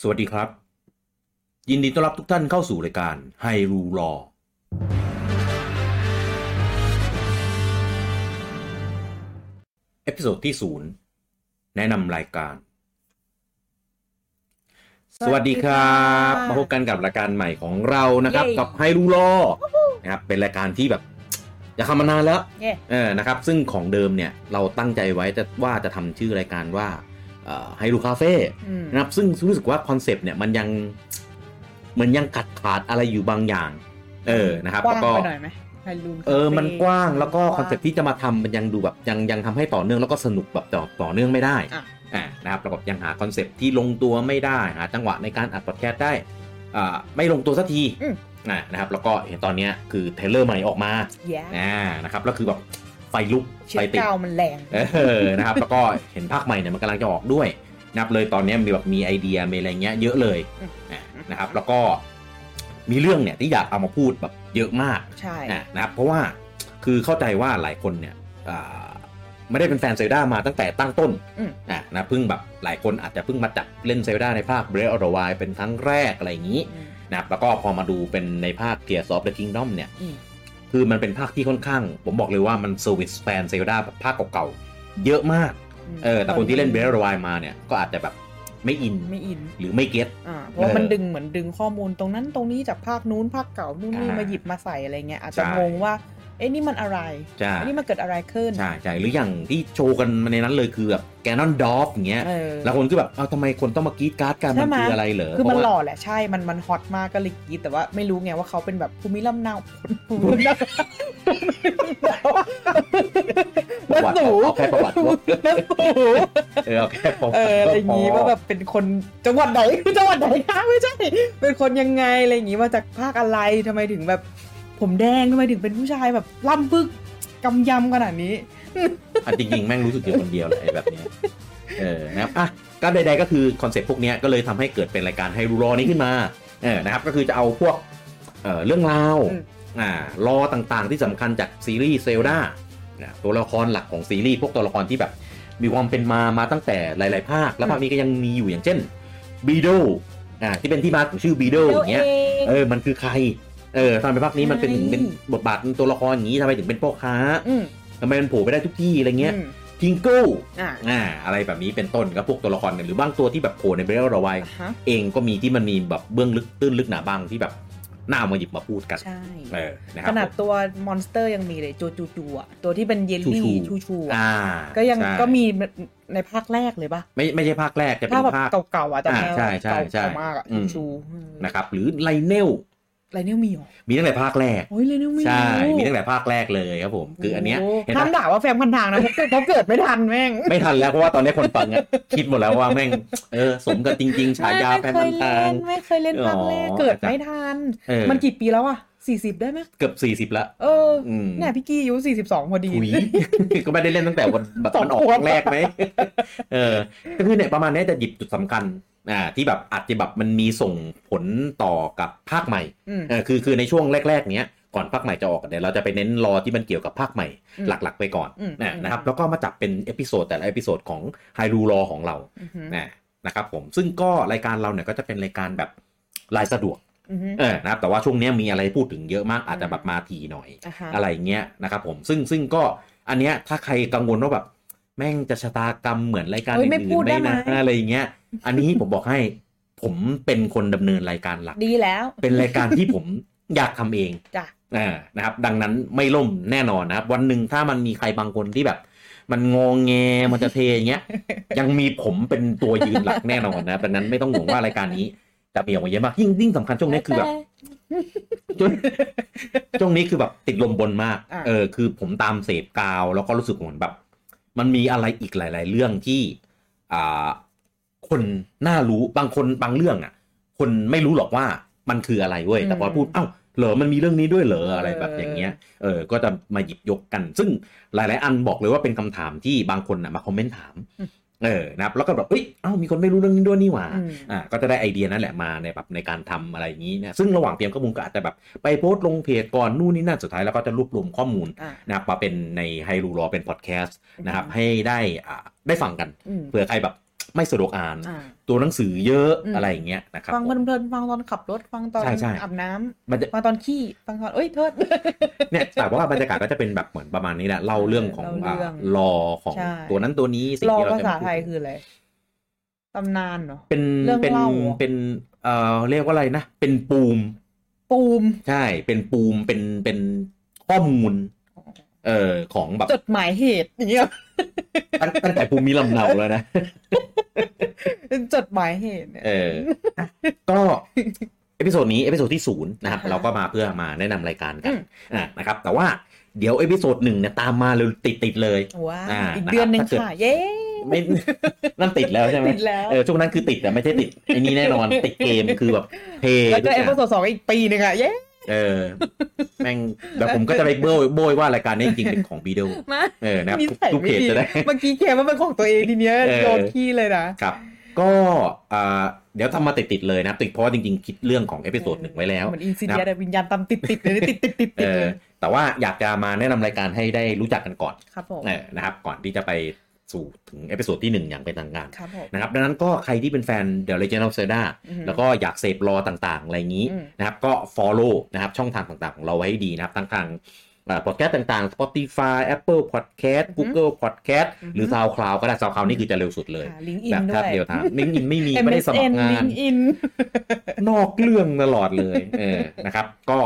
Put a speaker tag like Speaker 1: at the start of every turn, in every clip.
Speaker 1: สวัสดีครับ ยินดีต้อนรับทุกท่านเข้าสู่รายการไฮรูรอเอพิโซดที่ศูนย์แนะนำรายการ สวัสดีครับมาพบกันกับรายการใหม่ของเรานะครับ
Speaker 2: เย้
Speaker 1: กับไฮรูรอนะครับเป็นรายการที่แบบอยากทำมานานแล้ว
Speaker 2: เย่
Speaker 1: เออนะครับ ซึ่งของเดิมเนี่ยเราตั้งใจไว้จะว่าจะทำชื่อรายการว่าไฮรูคาเฟ่
Speaker 2: อืม
Speaker 1: นะครับซึ่งรู้สึกว่าคอนเซปต์เนี่ยมันยังเหมือนยังกัดขาดอะไรอยู่บางอย่าง เออนะครับ
Speaker 2: กว้า
Speaker 1: แล้ว
Speaker 2: ง
Speaker 1: ก็
Speaker 2: ไปหน่อยไหมไฮรูน
Speaker 1: เออมันกว้างแล้วก็คอนเซปต์
Speaker 2: ที่
Speaker 1: ที่จะมาทำมันยังดูแบบยังยังทำให้ต่อเนื่องแล้วก็สนุกแบบต่อต่อเนื่องไม่ได้
Speaker 2: อ่ะ
Speaker 1: อ่านะครับประกอบยังหาคอนเซปต์ที่ลงตัวไม่ได้หาจังหวะในการอัดพอดแคสต์ได้อ่าไม่ลงตัวสักทีอ่านะครับแล้วก็เห็นตอนเนี้ยคือเทรลเลอร์ใหม่ออกมา
Speaker 2: แย่
Speaker 1: อ่านะครับแล้วคือแบบไฟลุก
Speaker 2: เชื้
Speaker 1: ไฟ
Speaker 2: อ
Speaker 1: ติด
Speaker 2: กาวมันแรง
Speaker 1: เออ นะครับ แล้วก็เห็นภาคใหม่เนี่ยมันกำลังจะออกด้วยนะครับเลยตอนเนี้ยมีแบบมีไอเดียมีอะไรเงี้ยเยอะเลย
Speaker 2: อืม
Speaker 1: อ่ะนะครับ แล้วก็มีเรื่องเนี่ยที่อยากเอามาพูดแบบเยอะมาก
Speaker 2: ใช่
Speaker 1: อ่ะนะครับ เพราะว่าคือเข้าใจว่าหลายคนเนี่ยอ่าไม่ได้เป็นแฟนเซลดามาตั้งแต่ตั้งต้น
Speaker 2: อืม
Speaker 1: อ่ะนะเพิ่งแบบหลายคนอาจจะเพิ่งมาจับเล่นเซลดาในภาค Breath of the Wild เป็นครั้งแรกอะไรอย่างนี้
Speaker 2: อืม
Speaker 1: นะครับแล้วก็พอมาดูเป็นในภาค Gears of the Kingdom เนี่ย
Speaker 2: อืม
Speaker 1: คือมันเป็นภาคที่ค่อนข้าง ผมบอกเลยว่ามันเซอร์วิสแฟนเซลดาแบบภาคเก่าๆ เยอะมาก เออ แต่คนที่เล่นเบร w วมาเนี่ย ก็อาจจะแบบไม่อิน
Speaker 2: ไม่อิน
Speaker 1: หรือไม่เก็ต
Speaker 2: อ่าเพราะว่า
Speaker 1: เออ
Speaker 2: มันดึงเหมือนดึงข้อมูลตรงนั้นตรงนี้จากภาคนู้นภาคเก่านู่นนี่
Speaker 1: อ่าม
Speaker 2: มาหยิบมาใส่อะไรเงี้ยอาจจะ
Speaker 1: ใช่
Speaker 2: งงว่า เอ๊ะนี่มันอะไร
Speaker 1: ใช่
Speaker 2: อันนี้มันเกิดอะไรขึ้น
Speaker 1: ใช่ใช่หรืออย่างที่โชว์กันมาในนั้นเลยคือแบบแกนอนดอฟอย่างเงี้ย
Speaker 2: เออ
Speaker 1: แล้วคนก็แบบเอ้าทำไมคนต้องมากรีดการ์ดกันมั
Speaker 2: ใช่
Speaker 1: น
Speaker 2: ไหม
Speaker 1: คืออะไรเหรอ
Speaker 2: คือมัน
Speaker 1: เพ
Speaker 2: ห
Speaker 1: ราะ
Speaker 2: ล่
Speaker 1: ว่า
Speaker 2: อแหละใช่มันมันฮอตมากก็เลยกรีดแต่ว่าไม่รู้ไงว่าเขาเป็นแบบภูมิลำเนาภูมิลำเนา
Speaker 1: ป
Speaker 2: แม่
Speaker 1: ระวัติ
Speaker 2: สู
Speaker 1: เอาแค่ประวัติว่า
Speaker 2: แม่สู
Speaker 1: เออเอาแค่ประวัติ
Speaker 2: เอออะไรอย่างนี้
Speaker 1: ก็พ
Speaker 2: ว่าแบบเป็นคนจังหวัดไหน จังหวัดไหนคะไม่ใช่ เป็นคนยังไงอะไรอย่างนี้มาจากภาคอะไรทำไมถึงแบบ ผมแดงทำไมถึงเป็นผู้ชายแบบล่ำบึกกำยำขนาดนี้
Speaker 1: อ่ะจริงๆ แม่งรู้สึกอยู่คนเดียวแหละไอ้แบบเนี้ยเออนะครับอ่ะก็ใดๆก็คือคอนเซ็ปต์พวกเนี้ยก็เลยทำให้เกิดเป็นรายการให้รูรอนี้ขึ้นมาเออนะครับก็คือจะเอาพวกเอ่อเรื่องราว
Speaker 2: อืม
Speaker 1: อ่ารอต่างๆที่สำคัญจากซีรีส์เซลดานะตัวละครหลักของซีรีส์พวกตัวละครที่แบบมีความเป็นมามาตั้งแต่หลาย ๆ ภาค และภาคนี้ก็ยังมีอยู่อย่างเช่นบีโดอ่าที่เป็นที่มาของชื่อบีโดอย่างเงี้ย
Speaker 2: ง
Speaker 1: เออ มันคือใคร เออตอนเป็นภาคนี้มันเป็น
Speaker 2: ใช่
Speaker 1: ถึงเป็นบทบาทเป็นตัวละครอย่างนี้ทำไมถึงเป็นพ่อค้า
Speaker 2: อืม
Speaker 1: ทำไมมันโผล่ไปได้ทุกที่อะไรเงี้ย
Speaker 2: อืม
Speaker 1: ทิงเกิล
Speaker 2: อ่ะ
Speaker 1: อ่า อะไรแบบนี้เป็นต้นก็พวกตัวละครเนี่ยหรือบางตัวที่แบบโผล่ในเบรลเราไว้
Speaker 2: อ่ะฮะ
Speaker 1: เองก็มีที่มันมีแบบเบื้องลึกตื้นลึกหนาบางที่แบบหน้าเอามาหยิบมาพูดกัน
Speaker 2: ใช่
Speaker 1: เออ นะค
Speaker 2: ข
Speaker 1: รับ
Speaker 2: นาดตัวมอนสเตอร์ยังมีเลยจูจูจูอ่ะตัวที่เป็นเยลลี่
Speaker 1: ชูชู
Speaker 2: ชูชูอ่ะ
Speaker 1: อ่า
Speaker 2: ก็ยัง
Speaker 1: ใช่
Speaker 2: ก็มีในภาคแรกเลยปะ
Speaker 1: ไม่ไม่ใช่ภาคแรกจะเป็
Speaker 2: ภาคน แบบ
Speaker 1: ภาค
Speaker 2: เก่าๆอ่ะแต่
Speaker 1: อ่า
Speaker 2: แนว
Speaker 1: ใช่ใช่ใช่
Speaker 2: เก่าๆมากอ่ะ
Speaker 1: อื
Speaker 2: ชู
Speaker 1: ม
Speaker 2: ชู
Speaker 1: นะครับ หรือไลเนล
Speaker 2: ไรเนี่ยมีเหรอ
Speaker 1: มีตั้งแต่ภาคแรก
Speaker 2: โอ้ยไรเนี่ยมี
Speaker 1: ใช่ มีตั้งแต่ภาคแรกเลยครับผม คืออันเนี้ย
Speaker 2: โ
Speaker 1: เห็น
Speaker 2: ห้าม
Speaker 1: ปะ
Speaker 2: ด่าว่าแฟมคันทางนะเพราะเกิดเพราะเกิดไม่ทันแม่ง
Speaker 1: ไม่ทันแล้วเพราะว่าตอนนี้คนฟังอะ คิดหมดแล้วว่าแม่งเออสมกับจริง ๆ ฉายาแฟน
Speaker 2: ไม่
Speaker 1: มัน
Speaker 2: เคย
Speaker 1: ตา
Speaker 2: เล่
Speaker 1: ง
Speaker 2: นไม่เคยเล่นภาคแรก
Speaker 1: อ๋อ
Speaker 2: เกิดไม่ทัน
Speaker 1: เออ
Speaker 2: มันกี่ปีแล้วอ่ะสี่สิบได้ไหม
Speaker 1: เกือบ 40 ละ
Speaker 2: เออ
Speaker 1: อืม
Speaker 2: เนี่ยพี่กี้อายุสี่สิบสองพอดี
Speaker 1: ถุย ก็ไม่ได้เล่นตั้งแต่ วันแบบ
Speaker 2: สอง
Speaker 1: มันออก
Speaker 2: ขวบ
Speaker 1: แรกไหมเออก็คือเนี่ยประมาณเนี้ยจะหยิบจุดสำคัญอ่าที่แบบอาจจะแบบมันมีส่งผลต่อกับภาคใหม่
Speaker 2: อืม
Speaker 1: เออคือคือในช่วงแรก ๆ เนี้ยก่อนภาคใหม่จะออกเดี๋ยวเราจะไปเน้นรอที่มันเกี่ยวกับภาคใหม่
Speaker 2: อืม
Speaker 1: หลักๆ ไปก่อน
Speaker 2: อืม
Speaker 1: นะ
Speaker 2: อืม
Speaker 1: นะครับแล้วก็มาจับเป็นเอพิโซดแต่ละเอพิโซดของไฮรูรอของเรา
Speaker 2: อือหือ
Speaker 1: นะนะครับผมซึ่งก็รายการเราเนี่ยก็จะเป็นรายการแบบรายสะดวก
Speaker 2: อือหือ
Speaker 1: เออนะครับแต่ว่าช่วงเนี้ยมีอะไรพูดถึงเยอะมากอาจจะแบบมาทีหน่อย
Speaker 2: อ่ะฮะ
Speaker 1: อะไรเงี้ยนะครับผมซึ่งซึ่งก็อันเนี้ยถ้าใครกังวลว่าแบบแม่งจะชะตากรรมเหมือนรายการ
Speaker 2: เฮ้ย
Speaker 1: อื่
Speaker 2: ไม่พูด
Speaker 1: นๆไหม
Speaker 2: ได้ไหม
Speaker 1: นะอะไรเงี้ย อันนี้ผมบอกให้ผมเป็นคนดำเนินรายการหลัก
Speaker 2: ดีแล้ว
Speaker 1: เป็นรายการที่ผมอยากทำเอง
Speaker 2: จ้ะ
Speaker 1: อ่านะครับดังนั้นไม่ล่มแน่นอนนะครับวันหนึ่งถ้ามันมีใครบางคนที่แบบ มันงองแงมันจะเทอย่างเงี้ย ยังมีผมเป็นตัวยืนหลักแน่นอนนะครับดังนั้นไม่ต้องห่วงว่ารายการนี้จะมีออกมาเยอะมากยิ่งยิ่งสำคัญช่วงนี้คือแบบช่วงช่วงนี้คือแบบติดลมบนมาก
Speaker 2: ะ
Speaker 1: เออ คือผมตามเสพกาว แล้วก็รู้สึกเหมือนแบบ มันมีอะไรอีกหลาย ๆ เรื่องที่ อ่า คนน่ารู้บางคนบางเรื่องอ่ะ คนไม่รู้หรอกว่ามันคืออะไรเว้ยแต่พอพูดเอ้าเหรอมันมีเรื่องนี้ด้วยเหรออะไรแบบอย่างเงี้ย เออ ก็จะมาหยิบยกกัน ซึ่งหลาย ๆ อันบอกเลยว่าเป็นคำถามที่บางคนนะมาคอมเมนต์ถาม
Speaker 2: อืม
Speaker 1: เออ นะครับ แล้วก็แบบ เอ้ย เอ้า มีคนไม่รู้เรื่องนี้ด้วยนี่หว่า
Speaker 2: อืม
Speaker 1: อ่า ก็จะได้ไอเดียนั่นแหละมาในแบบในการทำอะไรอย่างนี้นะ ซึ่งระหว่างเตรียมข้อมูลก็อาจจะแบบไปโพสต์ลงเพจก่อนนู่นนี่นั่นสุดท้ายแล้วก็จะรวบรวมข้อมูล
Speaker 2: อ่ะ
Speaker 1: นะครับมาเป็นในไฮรูรอเป็นพอดแคสต์นะครับ ให้ได้อ่าได้ฟังกัน
Speaker 2: อืม
Speaker 1: เผื่อใครแบบ ไม่สะดวกอ่าน
Speaker 2: อ่า
Speaker 1: ตัวหนังสือเยอะ
Speaker 2: อืม
Speaker 1: อะไรอย่างเงี้ยนะครับ
Speaker 2: ฟัง
Speaker 1: ผม
Speaker 2: เพลินๆฟังตอนขับรถฟังตอน
Speaker 1: ใช่ใช่
Speaker 2: อาบน้ำ
Speaker 1: มันจะ
Speaker 2: ฟังตอนขี้ฟังตอนเอ้ยเทิด
Speaker 1: เนี่ยแต่ว่าบรรยากาศก็จะเป็นแบบเหมือนประมาณนี้แหละเล่าเรื่องของ
Speaker 2: เล่าเรื่อง
Speaker 1: รอของ
Speaker 2: ใช่
Speaker 1: ตัวนั้นตัวนี้สิ่ง
Speaker 2: รอ
Speaker 1: ที่เรา
Speaker 2: ภา
Speaker 1: จะ
Speaker 2: ษา
Speaker 1: พูด
Speaker 2: ไทยคืออะไรตำนานเนาะ
Speaker 1: เป็น
Speaker 2: เรื่อง
Speaker 1: เป็น
Speaker 2: เล่าเหรอ
Speaker 1: เป็นเอ่อเรียกว่าอะไรนะเป็นปูม
Speaker 2: ปูม
Speaker 1: ใช่ เป็นปูม เป็น เป็นข้อมูล เอ่อ ของแบบ
Speaker 2: จดหมายเหตุอย่างเงี้ย
Speaker 1: ตั้งตั้งแต่ภูมิลำเนาแล้วนะ
Speaker 2: เป็นจดหมายเหตุเนี่ย
Speaker 1: เอออ่ะก็ เอพิโซดนี้ เอพิโซดที่ศูนย์นะครับ
Speaker 2: อ่าฮะ
Speaker 1: เราก็มาเพื่อมาแนะนำรายการกั
Speaker 2: อื
Speaker 1: น
Speaker 2: ม
Speaker 1: อ่ะนะครับ แต่ว่าเดี๋ยวเอพิโซดหนึ่งเนี่ยตามมาเลยติดติดๆเลย
Speaker 2: ว้าว
Speaker 1: อ่า
Speaker 2: อีกเดือนหนึ่ง
Speaker 1: นะครับ
Speaker 2: ค่ะเย้
Speaker 1: ไม่ นั่นติดแล้วใช่ไหม
Speaker 2: ติดแล้ว
Speaker 1: เออช่วงนั้นคือติดแต่ไม่ใช่ติดไอ้นี่แน่นอน ติดเกมคือแบบเพลย์
Speaker 2: แล้ว
Speaker 1: ทุกอ
Speaker 2: ก็เอย่าง พิโซดสองอีกปีหนึ่งอะเย้
Speaker 1: เออ แม่งแล้วผมก็จะไปโบยโบยว่ารายการนี้จริงๆเป็นของบีเดล
Speaker 2: มา
Speaker 1: เออนะครับ
Speaker 2: มี
Speaker 1: ทุก
Speaker 2: ใส่
Speaker 1: ทุก
Speaker 2: ไม่
Speaker 1: เพจ
Speaker 2: ดี
Speaker 1: จะได้
Speaker 2: เมื่อกี้เคว่าเป็นของตัวเองทีเนี้ย
Speaker 1: เออ
Speaker 2: โยนขี้เลยนะ
Speaker 1: ครับ ก็อ่าเดี๋ยวทำมาติดๆเลยนะครับติดเพราะว่าจริงๆ คิดเรื่องของเอพิโซด
Speaker 2: เออ
Speaker 1: หนึ่งไว้แล้ว
Speaker 2: เหมือนอินซิ
Speaker 1: นะค
Speaker 2: เดี
Speaker 1: รั
Speaker 2: ย
Speaker 1: บ
Speaker 2: แต่วิญญาณตามติดติดๆเลยติดติดติด
Speaker 1: เอ
Speaker 2: ติดๆเล
Speaker 1: อย แต่ว่าอยากจะมาแนะนำรายการให้ได้รู้จักกันก่อน
Speaker 2: ครับผม
Speaker 1: เออนะครับ ก่อนที่จะไปสู่ถึงเอพิโซดที่หนึ่งอย่างเป็นทางการ
Speaker 2: ครับผม
Speaker 1: นะครับ ดังนั้นก็ใครที่เป็นแฟนเด e l เลเจนด์ออฟเซอร์ดา
Speaker 2: อืม
Speaker 1: แล้วก็อยากเสพรอต่างๆ อะไรอย่างนี้
Speaker 2: อืม
Speaker 1: นะครับ ก็ Follow นะครับ ช่องทางต่างๆ ของเราไว้ให้ดีนะครับทั้งทางพอดแคสต์ต่างๆ Spotify Apple Podcast Google Podcast หรือ SoundCloud ก็ได้ SoundCloud นี่คือจะเร็วสุดเลย
Speaker 2: ค่ะลิงก์อิ
Speaker 1: แบ
Speaker 2: น
Speaker 1: บ
Speaker 2: ด้
Speaker 1: แท
Speaker 2: ว
Speaker 1: บ
Speaker 2: ย
Speaker 1: เดียวทางไม่มีไม่มีไม่ได้สมัครงา
Speaker 2: ลิ
Speaker 1: น
Speaker 2: งอิน
Speaker 1: นอกเรื่องตลอดเลย เออ นะครับ ก็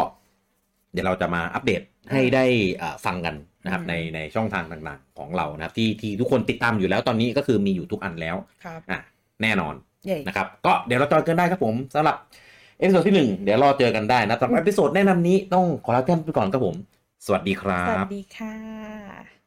Speaker 1: เดี๋ยวเราจะมาอัปเดตให้ได้อ่าฟังกันนะครับ
Speaker 2: อืม
Speaker 1: ในในช่องทางต่างๆ ของเรานะครับ ที่ที่ทุกคนติดตามอยู่แล้วตอนนี้ก็คือมีอยู่ทุกอันแล้ว
Speaker 2: ครับ
Speaker 1: อ่ะ แน่นอน
Speaker 2: เย่
Speaker 1: นะครับ ก็เดี๋ยวเราจอยกันได้ครับผมสำหรับเอพิโซดที่หนึ่งเดี๋ยวรอเจอกันได้นะสำหรับเอพิโซดแนะนำนี้ต้องขอลาท่านไปก่อนครับผม สวัสดีครั
Speaker 2: สวั
Speaker 1: บ
Speaker 2: สดีค่ะ